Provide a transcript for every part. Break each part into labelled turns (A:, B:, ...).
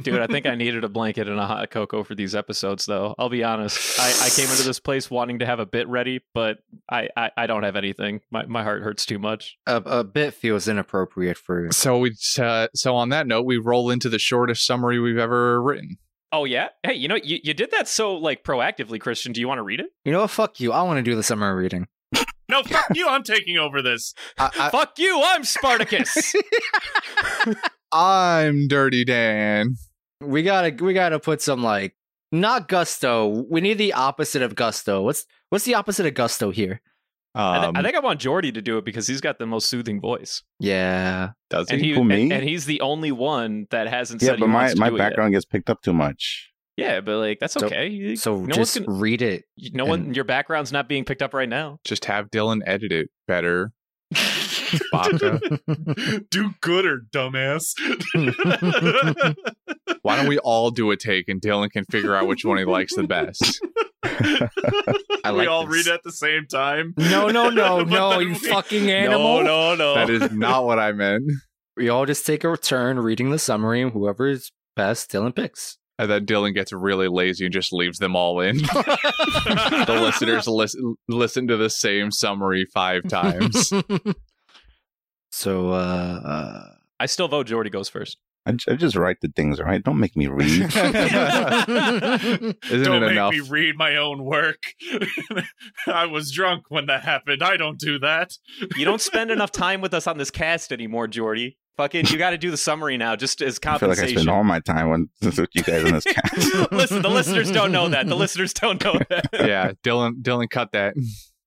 A: Dude, I think I needed a blanket and a hot cocoa for these episodes, though. I'll be honest. I, I came into this place wanting to have a bit ready, but I, I, I don't have anything. My, my heart hurts too much.
B: A, a bit feels inappropriate for.
C: So we uh, so on that note, we roll into the shortest summary we've ever written.
A: Oh, yeah? Hey, you know, you, you did that so, like, proactively, Christian. Do you want to read it?
B: You know what? Fuck you. I want to do the summer reading.
D: No, fuck you. I'm taking over this.
B: I,
A: Fuck you, I'm Spartacus!
C: I'm Dirty Dan.
B: I, we gotta we gotta put some like not gusto. We need the opposite of gusto. What's what's the opposite of gusto here?
A: I, th-
C: Um,
A: I think I want Jordy to do it because he's got the most soothing voice.
B: Yeah.
E: Does
A: And,
E: he?
A: he,
E: Who, me?
A: and, and he's the only one that hasn't
E: yeah,
A: said he
E: but my,
A: wants to
E: my
A: do it yet.
E: background gets picked up too much.
A: Yeah, but like that's
B: So-
A: okay. You-
B: So
A: no one's
B: just
A: gonna,
B: read it.
A: no one
B: and-
A: your background's not being picked up right now.
C: just have Dylan edit it better. Vodka.
D: Do gooder, dumbass.
C: Why don't we all do a take and Dylan can figure out which one he likes the best?
B: I
D: we
B: like
D: all
B: this.
D: read at the same time.
B: No, no, no,
D: But
B: no,
D: then
B: you
D: we-
B: fucking animal.
D: No, no, no.
C: That is not what I meant.
B: We all just take a turn reading the summary and whoever's best Dylan picks.
C: And then Dylan gets really lazy and just leaves them all in. the listeners listen listen to the same summary five times.
B: so uh, uh
A: I still vote Jordy goes first.
E: I, j- I just write the things, all right? Don't make me read.
C: Isn't
B: uh,
D: don't
C: it
D: make
C: enough?
D: me read my own work. I was drunk when that happened. I don't do that.
A: You don't spend enough time with us on this cast anymore, Jordy. Fucking you gotta do the summary now just as
E: I feel like I
A: compensation.
E: spend all my time on with you guys in this cast.
A: Listen, the listeners don't know that. The listeners don't know that.
C: yeah, Dylan Dylan cut that.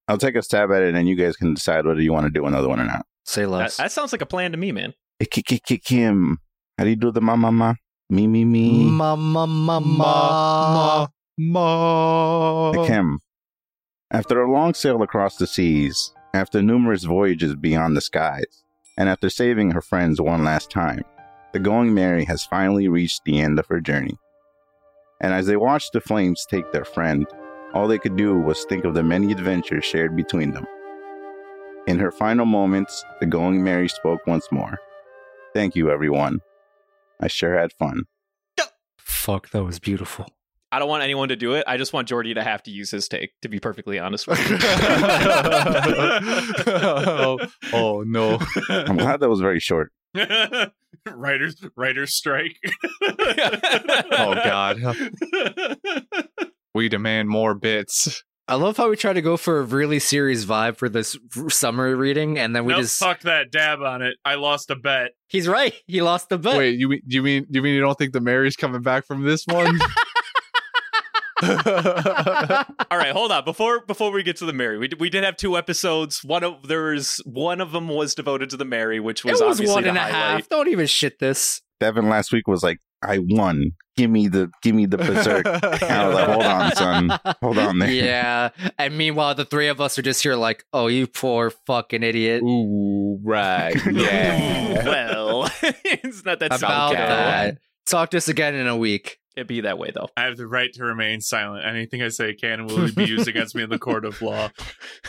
E: I'll take a stab at it, and you guys can decide whether you want to do another one or not.
B: say
A: that,
B: less.
A: that sounds like a plan to me, man.
E: Kim, how do you do the ma ma ma? Me me me.
B: Ma ma ma ma.
C: Ma, ma, ma.
E: Kim. After a long sail across the seas, after numerous voyages beyond the skies, and after saving her friends one last time, the Going Mary has finally reached the end of her journey. And as they watched the flames take their friend, all they could do was think of the many adventures shared between them. In her final moments, the Going Mary spoke once more. Thank you, everyone. I sure had fun.
B: Fuck, that was beautiful.
A: I don't want anyone to do it. I just want Jordy to have to use his take, to be perfectly honest with you.
C: oh, oh, no.
E: I'm glad that was very short.
D: writers, writers strike.
C: Oh god. We demand more bits.
B: I love how we try to go for a really serious vibe for this r- summary reading, and then we
D: nope,
B: just.
D: fuck that dab on it. I lost a bet.
B: He's right. He lost the bet.
C: Wait, you mean you mean you mean you don't think the Mary's coming back from this one?
A: All right, hold on. Before before we get to the Mary, we did, we did have two episodes. One of there was one of them was devoted to the Mary, which was,
B: it was
A: obviously
B: one
A: the
B: and a
A: highlight.
B: half. Don't even shit this.
E: Devin last week was like, I won. Give me the give me the berserk. I was like, hold on, son. Hold on there.
B: yeah. And meanwhile, the three of us are just here, like, oh, you poor fucking idiot.
C: Ooh, right.
A: Ooh, well, it's not that
B: about
A: simple.
B: that. Talk to us again in a week.
A: It'd be that way though.
D: I have the right to remain silent. Anything I say can and will be used against me in the court of law.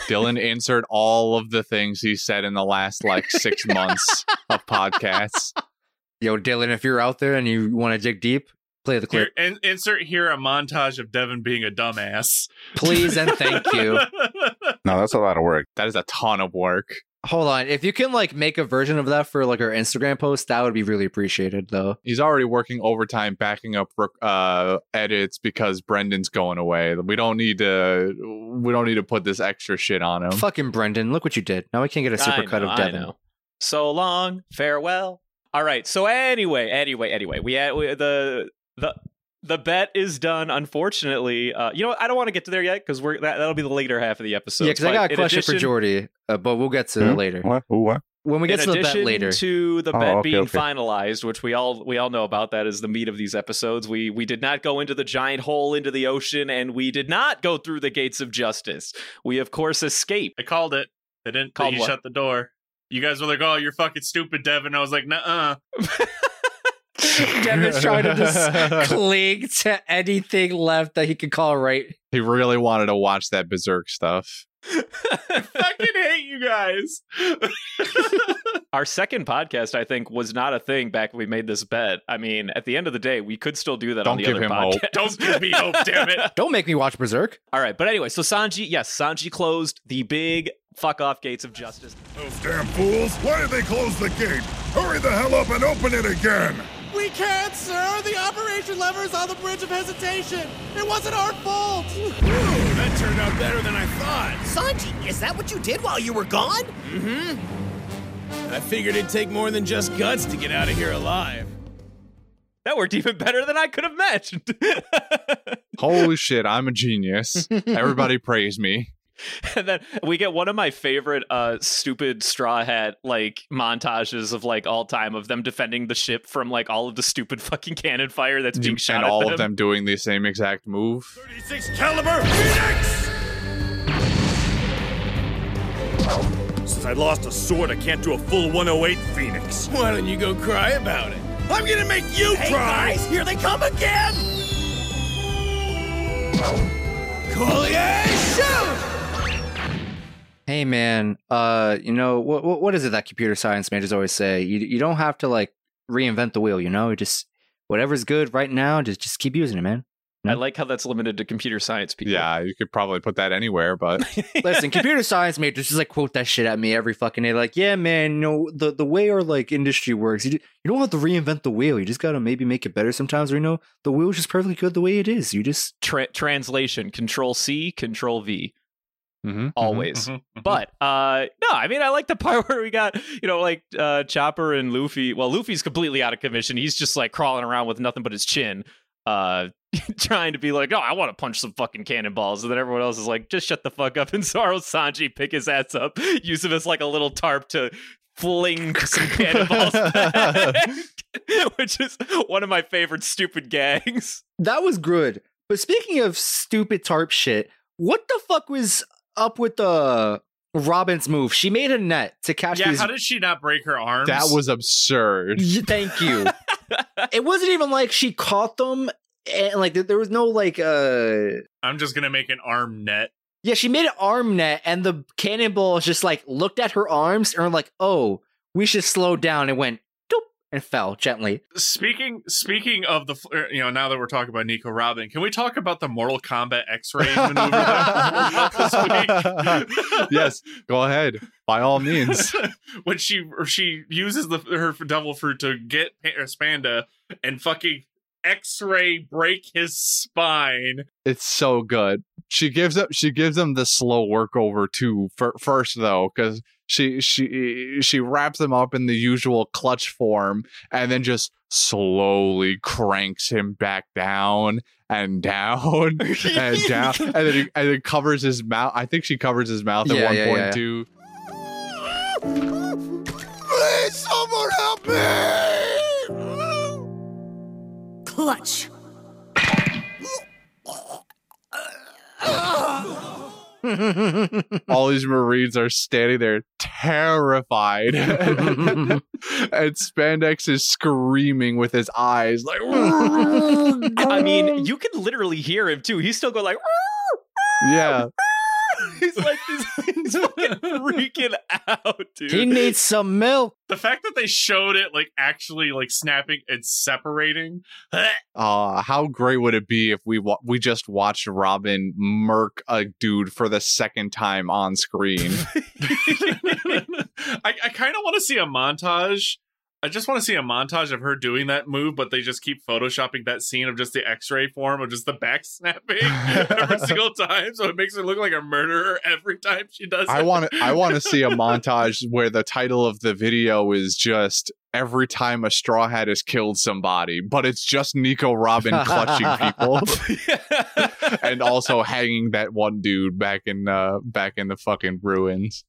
C: Dylan insert all of the things he said in the last like six months of podcasts.
B: Yo, Dylan, if you're out there and you want to dig deep, play the
D: Here,
B: clip.
D: in, insert here a montage of Devin being a dumbass.
B: Please and thank you.
E: No, that's a lot of work.
C: That is a ton of work.
B: Hold on. If you can like make a version of that for like our Instagram post, that would be really appreciated though.
C: He's already working overtime, backing up rec- uh, edits because Brendan's going away. We don't need to. We don't need to put this extra shit on him.
B: Fucking Brendan, look what you did. Now we can't get a
A: I
B: supercut
A: know,
B: of
A: I
B: Devin.
A: know. So long, farewell. All right. So anyway, anyway, anyway, we, had, we the the the bet is done. Unfortunately, uh, you know what? I don't want to get to there yet because we're that, that'll be the later half of the episode.
B: yeah, because I
A: But
B: got a
A: in
B: question for
A: addition-
B: Jordy, uh, but we'll get to
E: Hmm?
B: it later.
E: What? Who what?
B: When we get
A: in
B: to the
A: addition
B: bet later.
A: to the
E: Oh,
A: bet
E: okay,
A: being
E: okay.
A: finalized, which we all we all know about, that is the meat of these episodes. We we did not go into the giant hole into the ocean, and we did not go through the gates of justice. We of course escaped.
D: I called it. They didn't.
A: Called
D: you
A: what?
D: shut the door. You guys were like, "Oh, you're fucking stupid, Devin." I was like, "Nuh-uh."
B: Devin's trying to just cling to anything left that he could call right.
C: he really wanted to watch that Berserk stuff.
D: fucking hate you guys.
A: Our second podcast, I think, was not a thing back when we made this bet. I mean, at the end of the day, we could still do that on
C: Don't
A: the
C: give
A: other
C: him hope.
A: podcast.
D: Don't give me hope, damn it.
B: Don't make me watch Berserk.
A: All right, but anyway, so Sanji, yes, Sanji closed the big fuck off gates of justice.
F: Those damn fools! Why did they close the gate? Hurry the hell up and open it again!
G: We can't, sir! The operation lever is on the bridge of hesitation! It wasn't our fault!
F: That turned out better than I thought.
G: Sanji, is that what you did while you were gone?
F: Mm-hmm. I figured it'd take more than just guts to get out of here alive.
A: That worked even better than I could have imagined.
C: Holy shit, I'm a genius. Everybody praise me.
A: and then we get one of my favorite uh stupid straw hat like montages of like all time of them defending the ship from like all of the stupid fucking cannon fire that's being shot
C: And
A: at
C: all of them doing the same exact move.
F: 36 caliber Phoenix! Since I lost a sword, I can't do a full 108 Phoenix. Why don't you go cry about it? I'm gonna make you cry! Guys, here they come again! Collier, shoot!
B: Hey man, uh, you know what? What, what is it that computer science majors always say? You you don't have to like reinvent the wheel. You know, just whatever's good right now, just just keep using it, man.
A: I like how that's limited to computer science people.
C: Yeah, you could probably put that anywhere, but
B: Listen, computer science majors just like quote that shit at me every fucking day. Like, yeah, man, you know the the way our like industry works, you ju- you don't have to reinvent the wheel. You just gotta maybe make it better sometimes. Or you know, the wheel's just perfectly good the way it is. You just
A: Tra- translation control C, control V
D: Mm-hmm.
C: Mhm, mhm.
A: always. But uh no, I mean I like the part where we got, you know, like uh Chopper and Luffy. Well, Luffy's completely out of commission. He's just like crawling around with nothing but his chin. Uh trying to be like, "Oh, I want to punch some fucking cannonballs." And then everyone else is like, "Just shut the fuck up." And Zoro Sanji pick his ass up, use him as like a little tarp to fling some cannonballs back, which is one of my favorite stupid gags.
B: that was good. But speaking of stupid tarp shit, what the fuck was up with the Robin's move? She made a net to catch
D: Yeah,
B: these
D: how did she not break her arms?
C: that was absurd.
B: Y- Thank you. it wasn't even like she caught them, and like there- there was no like uh
D: I'm just gonna make an arm net.
B: yeah she made an arm net, and the cannonball just like looked at her arms and were like oh we should slow down and went doop and fell gently.
D: Speaking speaking of the, fl- er, you know, now that we're talking about Nico Robin, can we talk about the Mortal Kombat X-ray maneuver? that we did this week?
C: yes, go ahead. By all means.
D: when she she uses the her devil fruit to get uh, Spanda and fucking X-ray break his spine.
C: It's so good. She gives up she gives him the slow workover too fir- first though, because she she she wraps him up in the usual clutch form and then just slowly cranks him back down and down and down and then he, and then covers his mouth. I think she covers his mouth
B: Yeah,
C: at one
B: yeah,
C: point
B: yeah.
C: too.
F: Please, someone help me!
H: Clutch.
C: all these Marines are standing there terrified. and Spandex is screaming with his eyes, like,
A: I mean, you can literally hear him too. He's still going like,
C: yeah.
A: he's like, he's, he's fucking freaking out, dude.
B: He needs some milk.
D: The fact that they showed it like actually like snapping and separating.
C: Uh, how great would it be if we wa- we just watched Robin murk a dude for the second time on screen?
D: I, I kind of want to see a montage. I just want to see a montage of her doing that move, but they just keep photoshopping that scene of just the X-ray form of just the back snapping every single time, so it makes her look like a murderer every time she does.
C: I
D: it.
C: want to I want to see a montage where the title of the video is just every time a straw hat has killed somebody, but it's just Nico Robin clutching people. and also hanging that one dude back in uh back in the fucking ruins.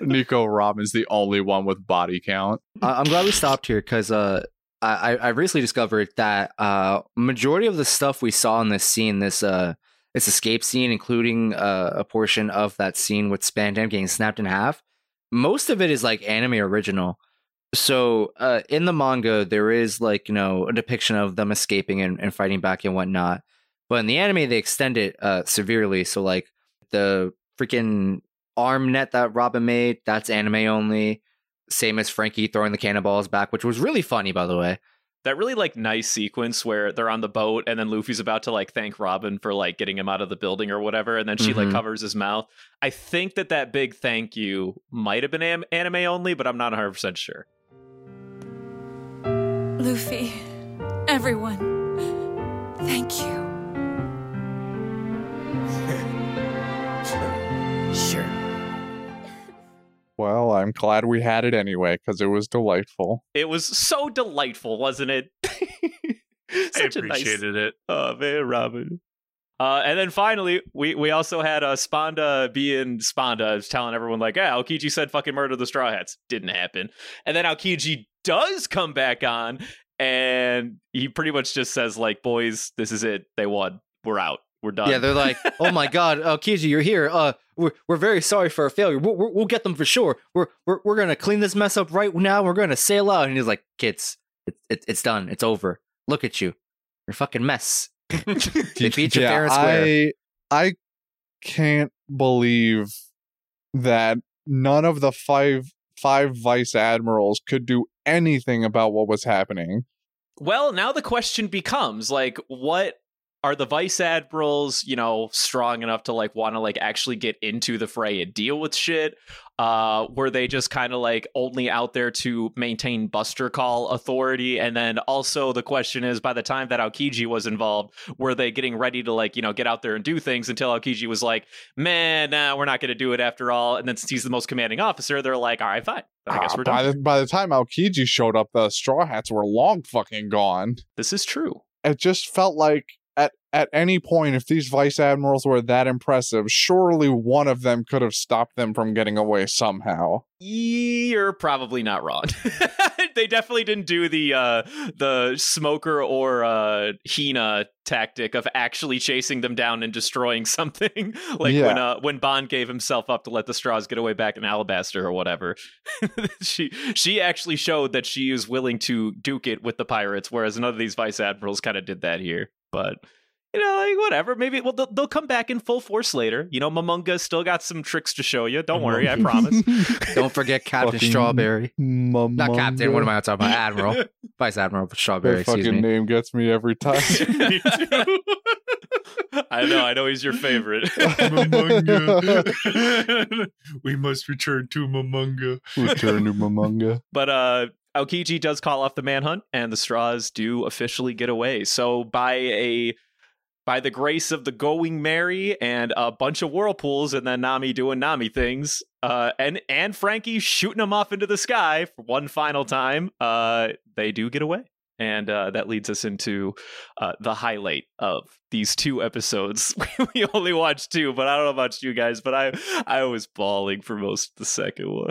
C: Nico Robin's the only one with body count.
B: I- I'm glad we stopped here because uh. I, I- I recently discovered that uh majority of the stuff we saw in this scene, this uh this escape scene, including uh, a portion of that scene with Spandam getting snapped in half, most of it is like anime original. So uh in the manga there is like, you know, a depiction of them escaping and, and fighting back and whatnot. But in the anime they extend it uh severely. So like the freaking arm net that Robin made, that's anime only. same as Frankie throwing the cannonballs back, which was really funny, by the way.
A: that really like nice sequence where they're on the boat and then Luffy's about to like thank Robin for like getting him out of the building or whatever and then she like
B: Mhm.
A: covers his mouth. I think that that big thank you might have been am- anime only, but I'm not 100% sure.
H: Luffy, everyone, thank you.
F: Sure.
C: Well, I'm glad we had it anyway because it was delightful.
A: It was so delightful, wasn't it? Such
D: I
A: a nice
D: appreciated it.
A: Oh man, Robin. Uh, and then finally, we, we also had uh, Sponda being Sponda, telling everyone like, "Yeah, Aokiji said fucking murder the Straw Hats. Didn't happen." And then Aokiji does come back on, and he pretty much just says like, "Boys, this is it. They won. We're out. We're done."
B: Yeah, they're like, "Oh my God, uh, Kiji, you're here. Uh, we're we're very sorry for our failure. We'll, we'll we'll get them for sure. We're we're we're gonna clean this mess up right now. We're gonna sail out." And he's like, "Kids, it, it, it's done. It's over. Look at you. You're a fucking mess." they beat you fair and square.
C: I I can't believe that none of the five five vice admirals could do anything about what was happening.
A: Well, now the question becomes like, what are the vice admirals, you know, strong enough to like want to like actually get into the fray and deal with shit? Uh, were they just kind of like only out there to maintain Buster Call authority? And then also the question is, by the time that Aokiji was involved, were they getting ready to like you know get out there and do things until Aokiji was like, man, nah, we're not going to do it after all. And then since he's the most commanding officer, they're like, all right, fine, Then I guess
C: Ah,
A: we're
C: by
A: done.
C: the by the time Aokiji showed up, the straw hats were long fucking gone.
A: this is true.
C: It just felt like at at any point, if these vice admirals were that impressive, surely one of them could have stopped them from getting away somehow.
A: you're probably not wrong. they definitely didn't do the uh, the smoker or uh, Hina tactic of actually chasing them down and destroying something, like when
C: Yeah.
A: uh, when Bond gave himself up to let the straws get away back in Alabaster or whatever. she she actually showed that she is willing to duke it with the pirates, whereas none of these vice admirals kind of did that here. But you know, like whatever. Maybe well, they'll, they'll come back in full force later. You know, Mamunga's still got some tricks to show you. Don't worry, I promise.
B: Don't forget Captain
C: Fucking
B: Strawberry. Not
C: Not
B: Captain. What am I talking about? Admiral, Vice Admiral Strawberry.
C: That
B: Excuse
C: fucking
B: me.
C: name gets me every time.
D: Me too.
A: I know, I know he's your favorite.
D: Momonga. we must return to Momonga.
C: Return to Mamunga.
A: but uh Aokiji does call off the manhunt and the straws do officially get away. So by a by the grace of the going merry and a bunch of whirlpools and then Nami doing Nami things, uh and and Frankie shooting them off into the sky for one final time, uh they do get away. And uh, that leads us into uh, the highlight of these two episodes. we only watched two, but I don't know about you guys, but I I was bawling for most of the second one.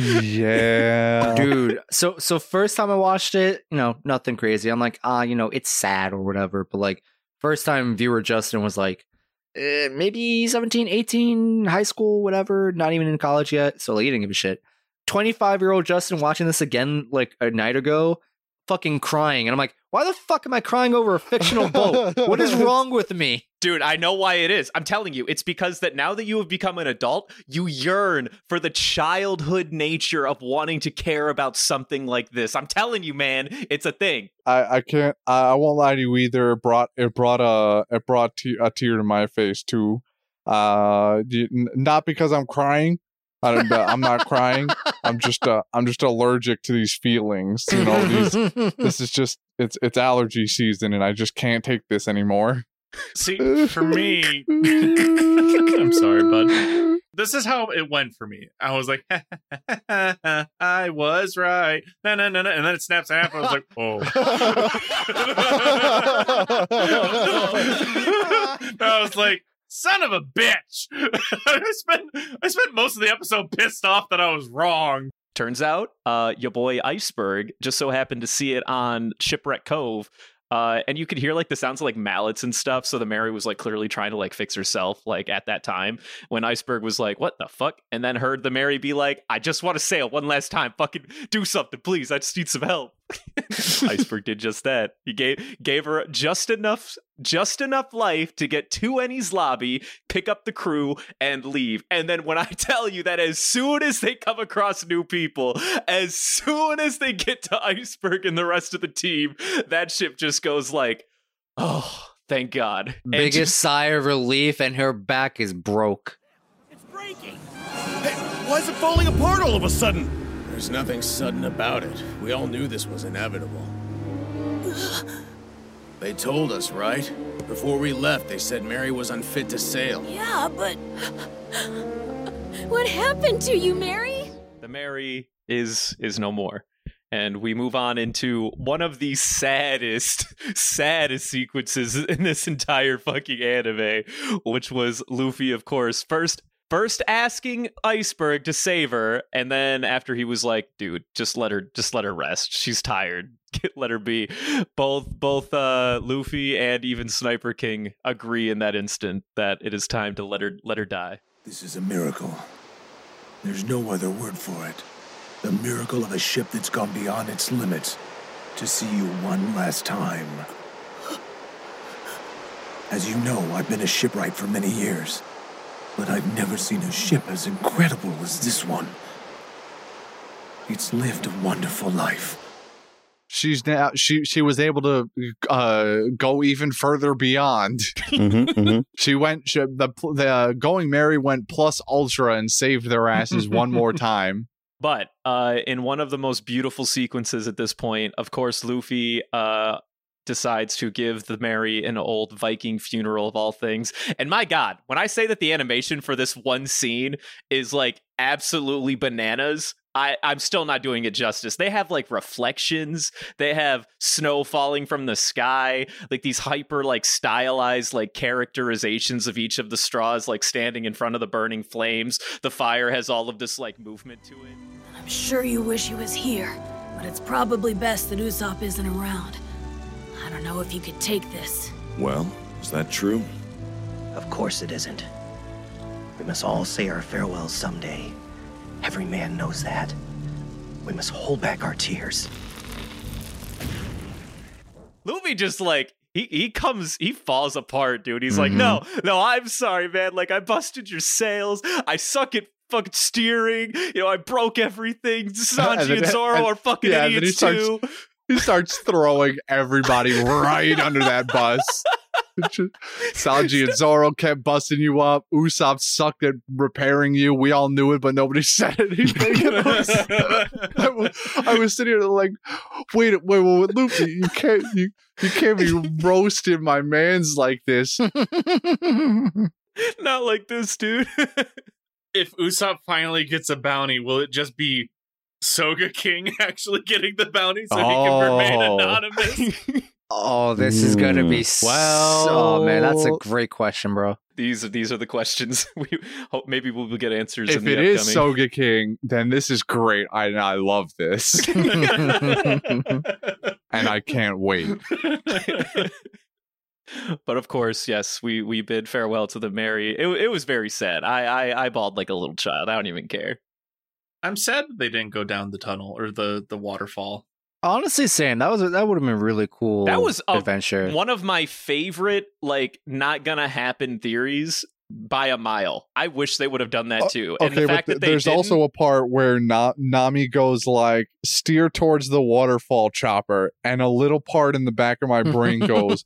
C: Yeah.
B: Dude, so so first time I watched it, you know, nothing crazy. I'm like, ah, you know, it's sad or whatever. But like, first time viewer Justin was like, eh, maybe 17, 18, high school, whatever, not even in college yet. So like, he didn't give a shit. 25 year old Justin watching this again like a night ago, fucking crying. And I'm like, why the fuck am I crying over a fictional boat? What is wrong with me?
A: Dude, I know why it is. I'm telling you, it's because that now that you have become an adult, you yearn for the childhood nature of wanting to care about something like this. I'm telling you, man, it's a thing.
C: I, I can't I, I won't lie to you either. It brought it brought a it brought te- a tear to my face too. Uh you- n- not because I'm crying. I don't, I'm not crying. I'm just uh, I'm just allergic to these feelings, you know, these this is just it's it's allergy season and I just can't take this anymore.
D: See, for me, I'm sorry, bud. This is how it went for me. I was like, I was right. No, no, no, no. And then it snaps in half. I was like, oh. And I was like, son of a bitch. I spent I spent most of the episode pissed off that I was wrong.
A: Turns out, uh, your boy Iceberg just so happened to see it on Shipwreck Cove. Uh, and you could hear like the sounds of like mallets and stuff. So the Mary was like clearly trying to like fix herself like at that time when Iceberg was like, "What the fuck?" and then heard the Mary be like, "I just want to sail one last time. Fucking do something, please. I just need some help." Iceberg did just that. He gave gave her just enough just enough life to get to Ennie's lobby, pick up the crew, and leave. And then when I tell you that as soon as they come across new people, as soon as they get to Iceberg and the rest of the team, that ship just goes like, oh, thank God. And
B: Biggest
A: just-
B: sigh of relief, and her back is broke.
G: It's breaking. Hey, why is it falling apart all of a sudden? There's nothing sudden about it. We all knew this was inevitable. they told us, right? Before we left, they said Mary was unfit to sail.
I: Yeah, but. What happened to you, Mary?
A: the Mary is is no more. And we move on into one of the saddest, saddest sequences in this entire fucking anime, which was Luffy, of course, first first asking Iceberg to save her, and then after he was like, dude, just let her just let her rest. She's tired. let her be. Both both uh Luffy and even Sniper King agree in that instant that it is time to let her let her die.
F: This is a miracle. There's no other word for it. The miracle of a ship that's gone beyond its limits to see you one last time. As you know, I've been a shipwright for many years, but I've never seen a ship as incredible as this one. It's lived a wonderful life.
C: She's now she she was able to uh, go even further beyond.
E: Mhm, mhm.
C: She went she, the the uh, going Mary went plus ultra and saved their asses one more time.
A: But uh, in one of the most beautiful sequences at this point, of course, Luffy uh, decides to give the Mary an old Viking funeral of all things. And my God, when I say that the animation for this one scene is like absolutely bananas. I, I'm still not doing it justice. They have like reflections. They have snow falling from the sky, like these hyper like stylized like characterizations of each of the straws like standing in front of the burning flames. The fire has all of this like movement to it.
I: I'm sure you wish he was here, but it's probably best that Usopp isn't around. I don't know if you could take this.
F: Well, is that true?
J: Of course it isn't. We must all say our farewells someday. Every man knows that. We must hold back our tears.
A: Luffy just like he, he comes he falls apart, dude. He's like, no,
C: Mm-hmm.
A: no, I'm sorry, man. Like I busted your sails. I suck at fucking steering. You know, I broke everything.
C: And
A: Sanji
C: then-
A: and Zoro
C: and-
A: are fucking
C: yeah, and then he
A: idiots
C: starts-
A: too.
C: He starts throwing everybody right under that bus. Sanji and Zoro kept busting you up. Usopp sucked at repairing you. We all knew it, but nobody said anything. And I was, I was- I was sitting here like, wait, wait, wait, wait Luffy, you can't, you, you can't be roasting my man's like this.
A: Not like this, dude.
D: if Usopp finally gets a bounty, will it just be Soga King actually getting the bounty so he can remain
B: Oh.
D: anonymous?
B: Oh, this is gonna be
A: Mm.
B: well. Oh man, that's a
C: Well-
B: great question, bro.
A: these are these are the questions. We hope maybe we'll get answers in
C: if
A: the
C: it
A: upcoming.
C: is Soga King, then this is great. I, I love this, and I can't wait.
A: but of course, yes, we we bid farewell to the Mary. It, it was very sad. I, I I bawled like a little child. I don't even care.
D: I'm sad that they didn't go down the tunnel or the the waterfall.
B: Honestly, saying that was that would have been really cool.
A: That was a-
B: adventure.
A: One of my favorite like not gonna happen theories by a mile. I wish they would have done that
C: O-
A: too. and
C: Oh, Okay,
A: the
C: but
A: fact
C: th-
A: that they
C: there's
A: didn't-
C: also a part where Na- Nami goes like steer towards the waterfall chopper, and a little part in the back of my brain goes,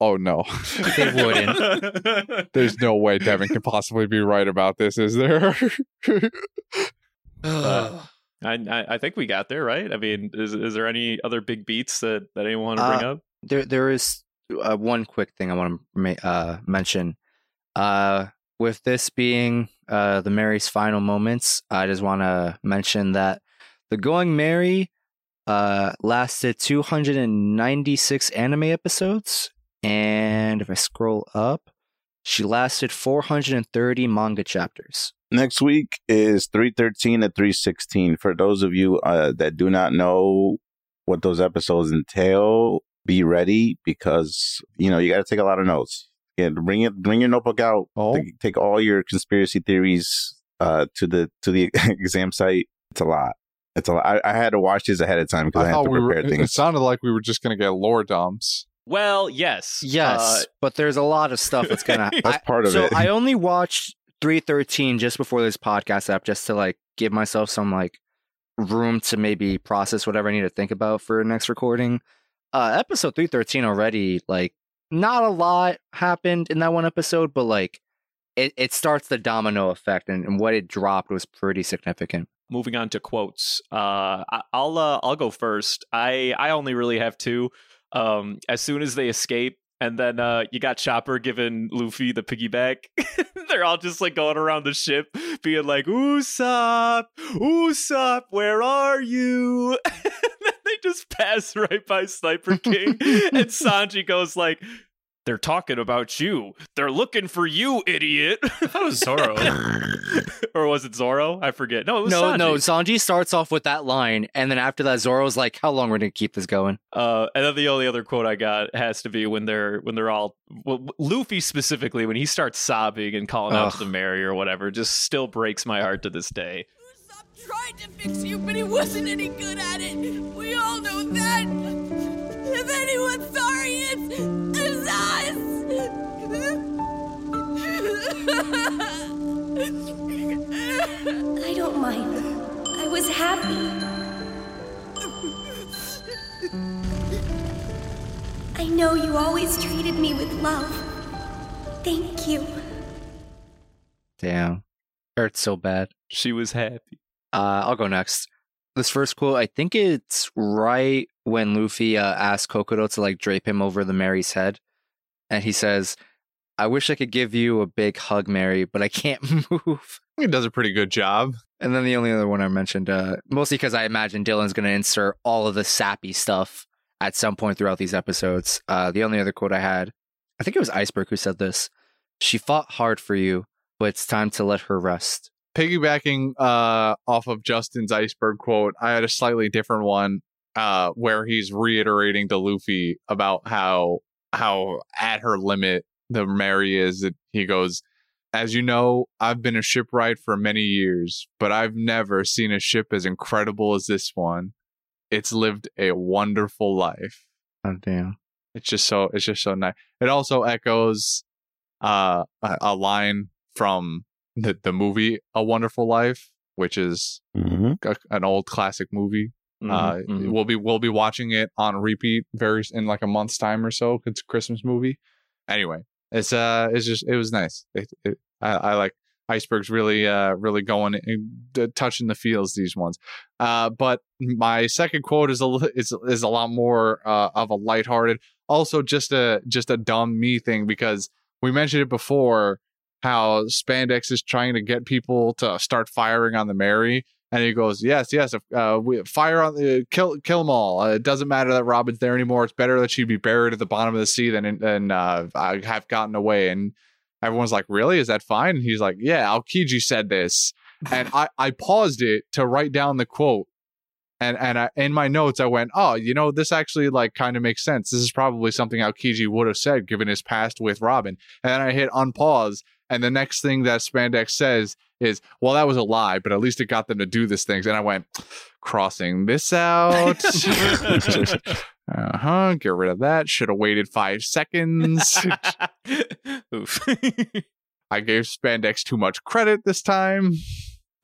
C: "Oh no,
B: They wouldn't.
C: there's no way Devin can possibly be right about this, is there?"
A: Uh, I, I I think we got there, right? I mean, is is there any other big beats that that anyone want to
C: Uh,
A: bring up?
B: there there is uh, one quick thing I want to ma- uh, mention. Uh, with this being uh, the Mary's final moments, I just want to mention that the Going Mary uh, lasted 296 anime episodes, and if I scroll up, she lasted 430 manga chapters.
E: Next week is 313 to 316. For those of you uh, that do not know what those episodes entail, be ready because, you know, you got to take a lot of notes. Yeah, bring it bring your notebook out.
C: Oh.
E: Take, take all your conspiracy theories uh, to the to the exam site. It's a lot. It's a, I, I had to watch these ahead of time because I,
C: I
E: had
C: thought
E: to
C: we were.
E: prepare
C: It it
E: things.
C: sounded like we were just going to get lore dumps.
A: Well, yes.
B: Yes,
A: Uh,
B: but there's a lot of stuff that's gonna.
E: That's
B: I-
E: part of
B: so
E: it.
B: I only watched three thirteen just before this podcast up, just to like give myself some like room to maybe process whatever I need to think about for next recording. Uh, episode three thirteen already like not a lot happened in that one episode, but like it it starts the domino effect, and, and what it dropped was pretty significant.
A: moving on to quotes. Uh, I- I'll uh, I'll go first. I I only really have two. Um, as soon as they escape, and then uh, you got Chopper giving Luffy the piggyback. They're all just like going around the ship, being like Usopp, Usopp, where are you? And then they just pass right by Sniper King, and Sanji goes like. They're talking about you. They're looking for you, idiot.
D: That was Zoro.
A: or was it Zoro? I forget. No, it was
B: No,
A: Sanji.
B: no, Sanji starts off with that line, and then after that, Zoro's like, "How long are we gonna keep this going?"
A: Uh, and then the only other quote I got has to be when they're when they're all well, Luffy specifically when he starts sobbing and calling out to
B: Ugh.
A: the Mary or whatever just still breaks my heart to this day.
I: Usopp tried to fix you, but he wasn't any good at it. We all know that. If anyone's sorry, it's, it's us.
K: I don't mind. I was happy. I know you always treated me with love. Thank you.
B: Damn, hurts so bad.
A: She was happy.
B: Uh, I'll go next. This first quote, I think it's right when Luffy uh, asks Kokodo to like drape him over the Mary's head, and he says, "I wish I could give you a big hug, Mary, but I can't move."
C: He does a pretty good job.
B: And then the only other one I mentioned, uh, mostly because I imagine Dylan's going to insert all of the sappy stuff at some point throughout these episodes. Uh, the only other quote I had, I think it was Iceberg who said this: "She fought hard for you, but it's time to let her rest."
C: piggybacking uh off of Justin's iceberg quote, I had a slightly different one uh where he's reiterating to Luffy about how how at her limit the Mary is that he goes as you know, I've been a shipwright for many years, but I've never seen a ship as incredible as this one. It's lived a wonderful life.
B: Oh damn.
C: It's just so it's just so nice. It also echoes uh a, a line from the the movie A Wonderful Life, which is
E: hmm
C: a, an old classic movie. uh,
B: Mhm, mhm.
C: We'll be we'll be watching it on repeat very in like a month's time or so. 'cause It's a Christmas movie. Anyway, it's uh it's just it was nice. It, it, I, I like icebergs really uh really going and d- touching the feels these ones. Uh, but my second quote is a li- is is a lot more uh, of a lighthearted, also just a just a dumb me thing because we mentioned it before how spandex is trying to get people to start firing on the Mary, and he goes, "Yes, yes, if, uh, we fire on the kill kill them all. Uh, it doesn't matter that Robin's there anymore. It's better that she be buried at the bottom of the sea than than uh, I have gotten away." And everyone's like, "Really? Is that fine?" And he's like, "Yeah, Aokiji said this." and I, I paused it to write down the quote and and I, in my notes I went, oh, you know, this actually like kind of makes sense. This is probably something Aokiji would have said given his past with Robin. And then I hit unpause, and the next thing that Spandex says is, well, that was a lie, but at least it got them to do this things. And I went, crossing this out. Uh huh. Get rid of that. Should have waited five seconds.
A: Oof.
C: I gave Spandex too much credit this time.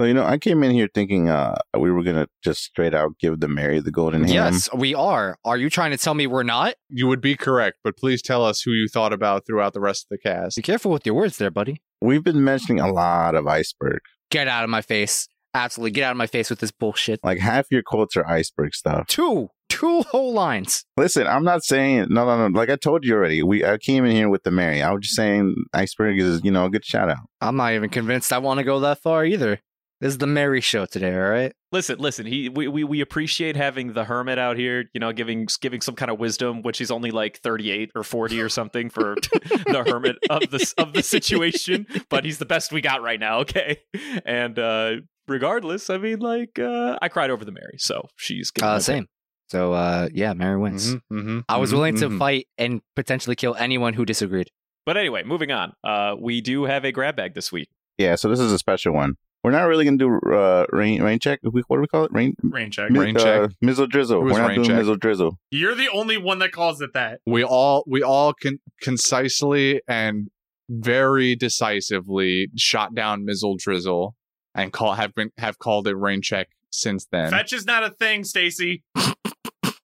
E: So you know, I came in here thinking uh we were gonna just straight out give the Mary the golden hand.
B: Yes, we are. Are you trying to tell me we're not?
C: You would be correct, but please tell us who you thought about throughout the rest of the cast.
B: Be careful with your words there, buddy.
E: We've been mentioning a lot of iceberg.
B: Get out of my face. Absolutely. Get out of my face with this bullshit.
E: Like half your quotes are iceberg stuff.
B: Two, two whole lines.
E: Listen, I'm not saying no, no, no. Like I told you already, we I came in here with the Mary. I was just saying iceberg is you know a good shout out.
B: I'm not even convinced I want to go that far either. This is the Mary show today, all right?
A: listen, listen. He we, we we appreciate having the hermit out here, you know, giving giving some kind of wisdom, which he's only like 38 or 40 or something for the hermit of the of the situation, but he's the best we got right now, okay? And uh regardless, I mean like uh I cried over the Mary, so she's getting my
B: Uh,
A: pick.
B: same. So, uh, yeah, Mary wins.
A: Mm-hmm.
B: I was willing to fight and potentially kill anyone who disagreed.
A: But anyway, moving on. Uh, we do have a grab bag this week.
E: Yeah, so this is a special one. We're not really gonna do uh, rain rain check. We- What do we call it? Rain
D: Rain check.
E: mi-
C: Rain
E: uh,
C: check.
E: Mizzle drizzle.
C: It was
E: We're not
C: rain
E: doing
C: check.
E: mizzle drizzle.
D: You're the only one that calls it that.
C: we all we all can concisely and very decisively shot down Mizzle Drizzle and call have been have called it rain check since then.
D: Fetch is not a thing, Stacy.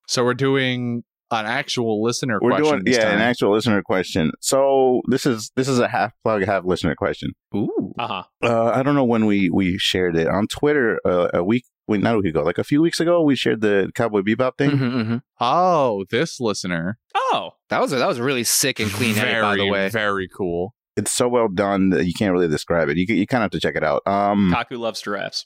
C: So we're doing an actual listener
E: We're
C: question.
E: doing
C: this
E: yeah,
C: time.
E: an actual listener question. So this is this is a half plug, half listener question.
B: Ooh.
A: Uh-huh.
E: Uh, I don't know when we we shared it on Twitter uh, a week. Wait, not a week ago, like a few weeks ago. We shared the Cowboy Bebop
C: Mm-hmm.
E: thing.
C: Oh, this listener.
A: Oh,
B: Mm-hmm, That was a, that was really sick and clean edit,
C: very
B: by the way.
C: very cool.
E: It's so well done that you can't really describe it. You ca- you kind of have to check it out. Um,
A: Kaku loves giraffes.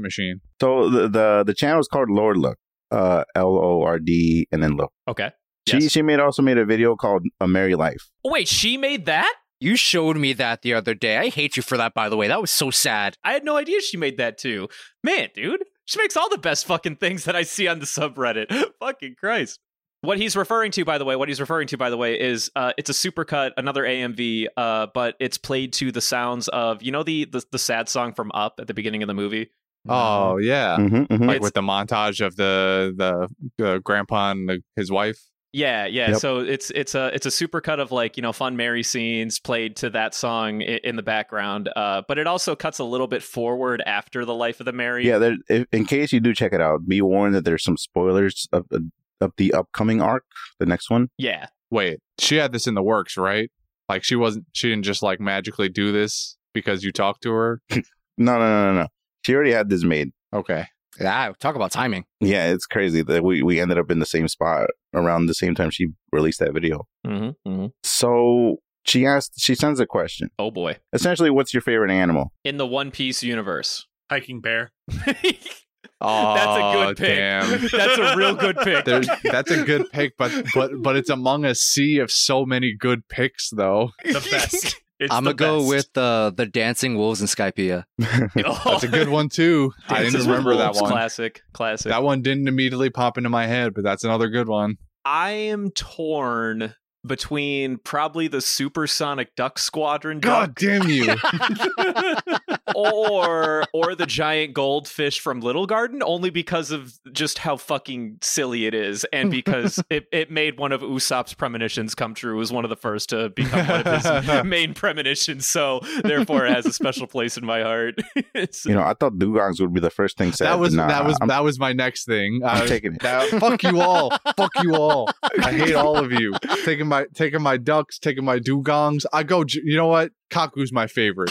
C: machine.
E: so the the, the channel is called Lord Look, uh, L O R D, and then Look.
A: Okay.
E: She
A: Yes.
E: she made also made a video called A Merry Life.
A: Oh, wait, she made that?
B: You showed me that the other day. I hate you for that, by the way. That was so sad.
A: I had no idea she made that too. Man, dude, she makes all the best fucking things that I see on the subreddit. fucking Christ. What he's referring to, by the way, what he's referring to, by the way, is uh, it's a supercut, another AMV, uh, but it's played to the sounds of you know the, the the sad song from Up at the beginning of the movie.
C: Oh yeah.
E: Mhm,
C: Like
E: mhm.
A: It's-
C: with the montage of the the uh, grandpa and the, his wife.
A: Yeah, yeah.
E: Yep.
A: So it's it's a it's a supercut of like you know fun merry scenes played to that song in, in the background, uh, but it also cuts a little bit forward after the life of the Mary.
E: Yeah, there, if, in case you do check it out, be warned that there's some spoilers of, of the upcoming arc, the next one.
A: yeah.
C: Wait, she had this in the works, right? Like she wasn't. She didn't just like magically do this because you talked to her.
E: No, no, no, no, no. She already had this made.
C: Okay.
B: Ah, talk about timing.
E: Yeah, it's crazy that we, we ended up in the same spot around the same time she released that video.
A: Mm-hmm, mm-hmm.
E: So she asked, she sends a question.
A: Oh boy,
E: Essentially, what's your favorite animal?
A: in the One Piece universe.
D: Hiking bear.
C: Oh,
A: That's a good pick.
C: Damn.
A: That's a real good pick.
C: There's, that's a good pick, but but but it's among a sea of so many good picks, though.
D: The best. It's
B: I'm
D: the
B: gonna go
D: best.
B: with uh, the the dancing wolves in Skypea.
C: That's a good one too. I
A: Dances
C: didn't
A: with
C: remember that
A: Wolves,
C: one.
A: Classic, classic.
C: That one didn't immediately pop into my head, but that's another good one.
A: I am torn between probably the Supersonic Duck Squadron
C: God damn you!
A: duck or or the giant goldfish from Little Garden, only because of just how fucking silly it is, and because it, it made one of Usopp's premonitions come true. It was one of the first to become one of his main premonitions, so therefore it has a special place in my heart. It's-
E: You know, I thought dugongs would be the first thing said.
C: that
E: but
C: was
E: nah,
C: that was
E: I'm,
C: that was my next thing. I
E: I'm
C: was-
E: taking it.
C: that- fuck you all. fuck you all. I hate all of you. Taking my taking my ducks, taking my dugongs. I go. gi- You know what? Kaku's my favorite.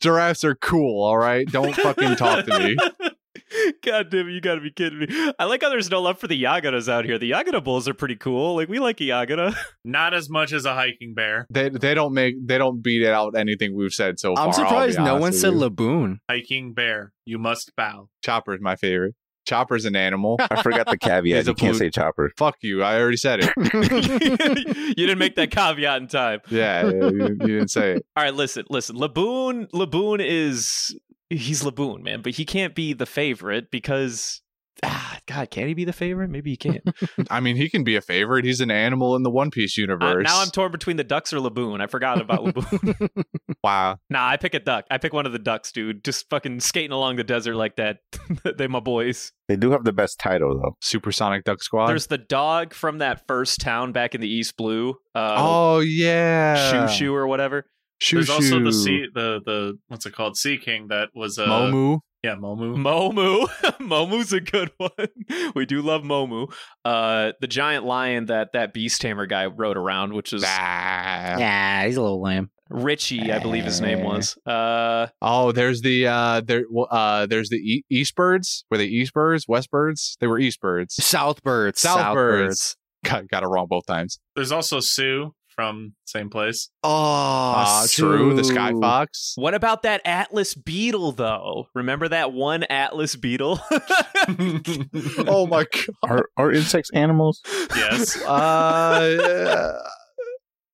C: Giraffes are cool. All right, don't fucking talk to me.
A: God damn it, you gotta be kidding me. I like how there's no love for the Yagatas out here. The Yagata bulls are pretty cool. Like, we like a Yagata.
D: Not as much as a hiking bear.
C: They they don't make they don't beat out anything we've said so far.
B: I'm
C: I'll
B: surprised
C: be
B: no
C: honest
B: one
C: with
B: said
C: you.
B: Laboon.
D: Hiking bear. You must bow.
C: Chopper's my favorite. Chopper's an animal.
E: I forgot the caveat.
C: He's a
E: you can't
C: blue-
E: say chopper.
C: Fuck you. I already said it.
A: you didn't make that caveat in time.
C: Yeah, you, you didn't say it.
A: All right, listen, listen. Laboon, Laboon is. He's Laboon, man, but he can't be the favorite because. Ah, God, can he be the favorite? Maybe he can't.
C: I mean, he can be a favorite. He's an animal in the One Piece
A: Uh,
C: universe.
A: now I'm torn between the ducks or Laboon. I forgot about Laboon.
C: wow.
A: nah, I pick a duck. I pick one of the ducks, dude. Just fucking skating along the desert like that. they my boys.
E: They do have the best title, though.
C: Supersonic Duck Squad.
A: There's the dog from that first town back in the East Blue. Uh,
C: oh yeah.
A: Shoo Shoo or whatever.
C: Shoo
D: There's also
C: Shoo.
D: the sea the the what's it called? Sea King that was uh
C: Momu.
D: Yeah, Momu.
A: Hmm. Momu. Momu's a good one. We do love Momu. Uh, the giant lion that that beast tamer guy rode around, which is
C: Bah.
B: Yeah, he's a little lame.
A: Richie, I believe his name was. Uh,
C: Oh, there's the uh there well, uh there's the e- Eastbirds. Were they Eastbirds? Westbirds? They were Eastbirds.
B: Southbirds.
C: Southbirds. Got got it wrong both times.
D: There's also Sue from same place.
B: Oh,
C: Uh, true. The Sky Fox.
A: what about that Atlas beetle though? Remember that one Atlas beetle?
C: oh my god.
E: Are are insects animals?
D: Yes.
C: uh,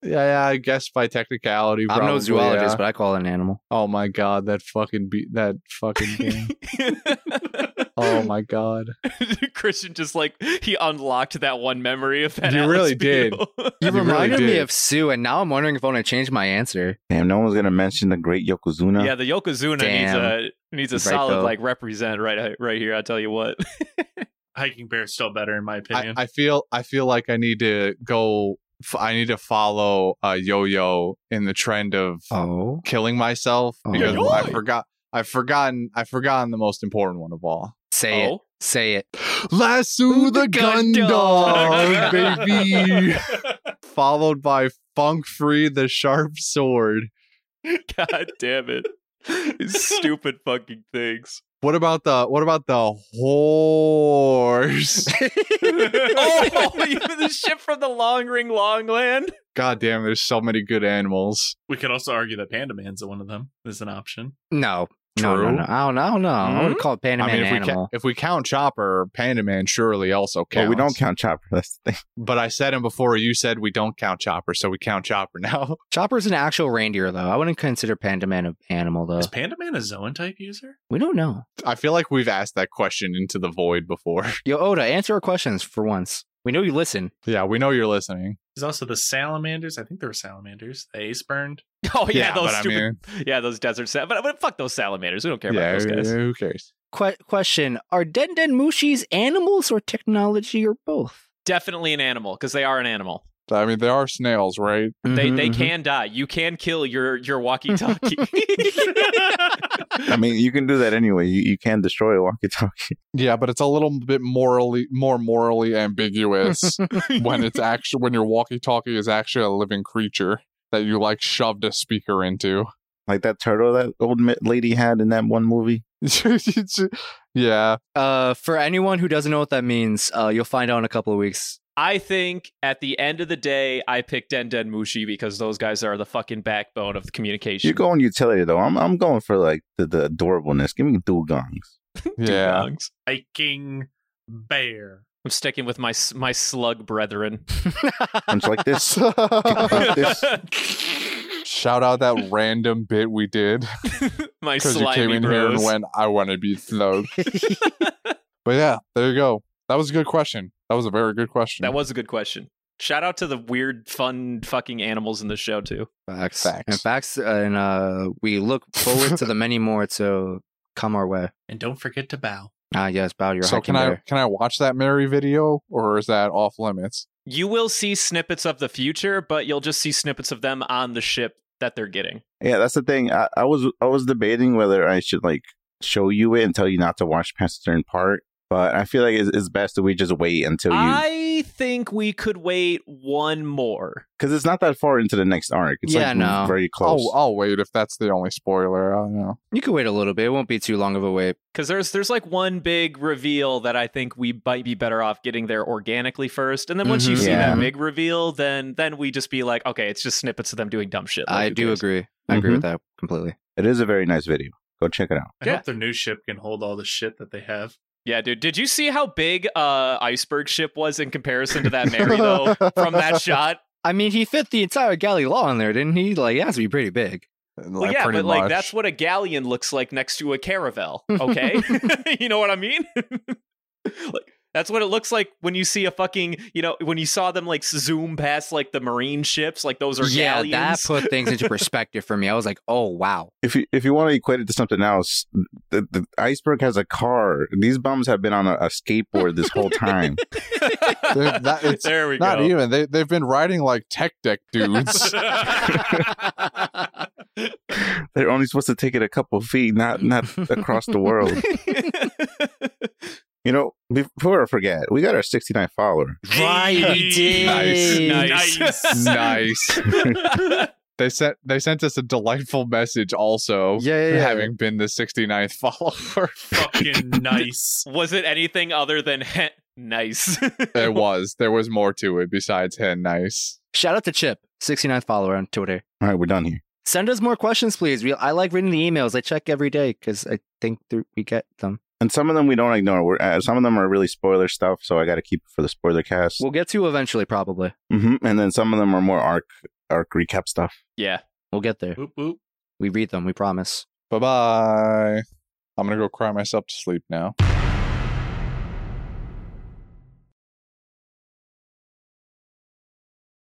C: yeah. yeah, yeah, I guess by technicality,
B: I'm
C: probably.
B: no zoologist,
C: yeah.
B: but I call it an animal.
C: oh my god, that fucking be- that fucking game. Oh my god.
A: Christian just like he unlocked that one memory of that.
C: You
A: Alex
C: really did.
A: Beal.
B: You,
C: really
B: reminded me
C: did.
B: of Sue, and now I'm wondering if I want to change my answer.
E: Damn, no one's gonna mention the great Yokozuna.
A: yeah, the Yokozuna
B: Damn.
A: needs a needs a
B: Right,
A: solid
B: though.
A: like represent right uh, right here. I tell you what.
D: Hiking Bear's still better in my
C: I,
D: opinion.
C: I feel I feel like I need to go f- I need to follow uh yo-yo in the trend of
B: Oh,
C: killing myself
B: Oh.
C: because
D: Yo-yo!
C: I forgot I've forgotten I've forgotten the most important one of all.
B: say
A: Oh.
B: it, say it.
C: Lasso the
B: gun
C: gun dog, baby. Followed by Funk Free the Sharp Sword.
A: God damn it. These stupid fucking things.
C: What about the what about the horse?
A: oh, even the ship from the Long Ring Long Land.
C: God damn, there's so many good animals.
D: we could also argue that Panda Man's one of them. Is an option.
B: No, no, no,
C: True. Mm-hmm.
B: no. I don't, I don't know. I wouldn't call it Panda
C: I
B: Man
C: mean, if
B: an
C: we, ca-
B: animal.
C: if we count Chopper, Panda Man surely also counts.
E: Well, we don't count Chopper. That's the thing.
C: But I said him before. You said we don't count Chopper, so we count Chopper now.
B: Chopper's an actual reindeer, though. I wouldn't consider Panda Man an animal, though.
D: Is Panda Man a Zoan type user?
B: We don't know.
C: I feel like we've asked that question into the void before.
B: Yo, Oda, answer our questions for once. We know you listen.
C: yeah, we know you're listening.
D: There's also the salamanders. I think there were salamanders. The ace burned.
A: Oh yeah,
C: Yeah,
A: those
C: but I
A: stupid.
C: mean-
A: yeah, those desert sal. But, but fuck those salamanders. We don't care
C: yeah,
A: about those guys.
C: who cares?
B: Que- question: Are Den Den Mushis animals or technology or both?
A: Definitely an animal because they are an animal.
C: I mean, there are snails, right?
A: They they
C: Mm-hmm,
B: Mhm, mhm.
A: can die. You can kill your your walkie talkie.
E: I mean, you can do that anyway. You, you can destroy a walkie-talkie.
C: Yeah, but it's a little bit morally more morally ambiguous when it's actually when your walkie-talkie is actually a living creature that you like shoved a speaker into.
E: Like that turtle that old ma- lady had in that one movie.
C: yeah,
B: Uh, for anyone who doesn't know what that means, uh, you'll find out in a couple of weeks.
A: I think at the end of the day, I picked Den Den Mushi because those guys are the fucking backbone of the communication.
E: You're going utility though. I'm I'm going for like the, the adorableness. Give me dugongs.
C: yeah.
A: Dugongs.
D: Hiking Bear.
A: I'm sticking with my s- my slug brethren.
E: Punch like this. Like this.
C: Shout out that random bit we did.
A: my
C: because you
A: slimy
C: came in here
A: bros.
C: and went, I want to be slow. but yeah, there you go. That was a good question. That was a very good question.
A: That was a good question. Shout out to the weird, fun, fucking animals in the show too.
B: Facts.
C: Facts.
B: And facts. uh, And uh, we look forward to the many more to come our way.
D: And don't forget to bow.
B: Ah, yes, bow your
C: so
B: hiking
C: can I
B: bear.
C: can I watch that Mary video or is that off limits?
A: You will see snippets of the future, but you'll just see snippets of them on the ship that they're getting.
E: Yeah, that's the thing. I, I was I was debating whether I should like show you it and tell you not to watch past a certain part, but I feel like it's, it's best that we just wait until you
A: I think we could wait one more.
E: because it's not that far into the next arc. It's
B: Yeah,
E: like
B: no. Oh,
E: very close.
C: I'll I'll wait if that's the only spoiler. I don't know.
B: You can wait a little bit. It won't be too long of a wait.
A: Because there's there's like one big reveal that I think we might be better off getting there organically first, and then once you
B: Mhm.
A: see
E: Yeah.
A: that big reveal, then then we just be like, okay, it's just snippets of them doing dumb shit. Like,
B: I
A: who
B: do
A: cares?
B: agree. I agree
C: Mm-hmm.
B: with that completely.
E: It is a very nice video. Go check it out.
D: I
A: Yeah.
D: hope their new ship can hold all the shit that they have.
A: Yeah, dude. Did you see how big uh iceberg ship was in comparison to that Mary though from that shot?
B: I mean, he fit the entire galley law in there, didn't he? Like, it has to be pretty big.
A: Well, yeah, but like that's what a galleon looks like next to a caravel. Okay, you know what I mean? like that's what it looks like when you see a fucking you know when you saw them like zoom past like the marine ships, like those are
B: Yeah,
A: galleons.
B: that put things into perspective for me. I was like, oh, wow.
E: If you if you want to equate it to something else, the, the iceberg has a car. These bums have been on a, a skateboard this whole time.
C: Dude, that- it's
A: there we
C: not
A: go.
C: even they they've been riding like tech deck dudes.
E: They're only supposed to take it a couple feet, not not across the world. You know, before I forget, we got our 69 follower.
B: Right, we did.
A: Nice.
C: nice. They sent they sent us a delightful message also.
B: Yeah, yeah, yeah.
C: Having been the 69th follower.
D: Fucking nice.
A: Was it anything other than heh, nice?
C: It was. There was more to it besides hen nice.
B: Shout out to Chip, 69th follower on Twitter.
E: All right, we're done here.
B: Send us more questions, please. We, I like reading the emails. I check every day because I think th- we get them.
E: And some of them we don't ignore. We're, uh, some of them are really spoiler stuff, so I got to keep it for the spoiler cast.
B: We'll get to eventually, probably.
E: hmm And then some of them are more arc arc recap stuff.
A: yeah.
B: We'll get there.
D: Whoop whoop.
B: We read them, we promise.
C: Bye bye. I'm gonna go cry myself to sleep now.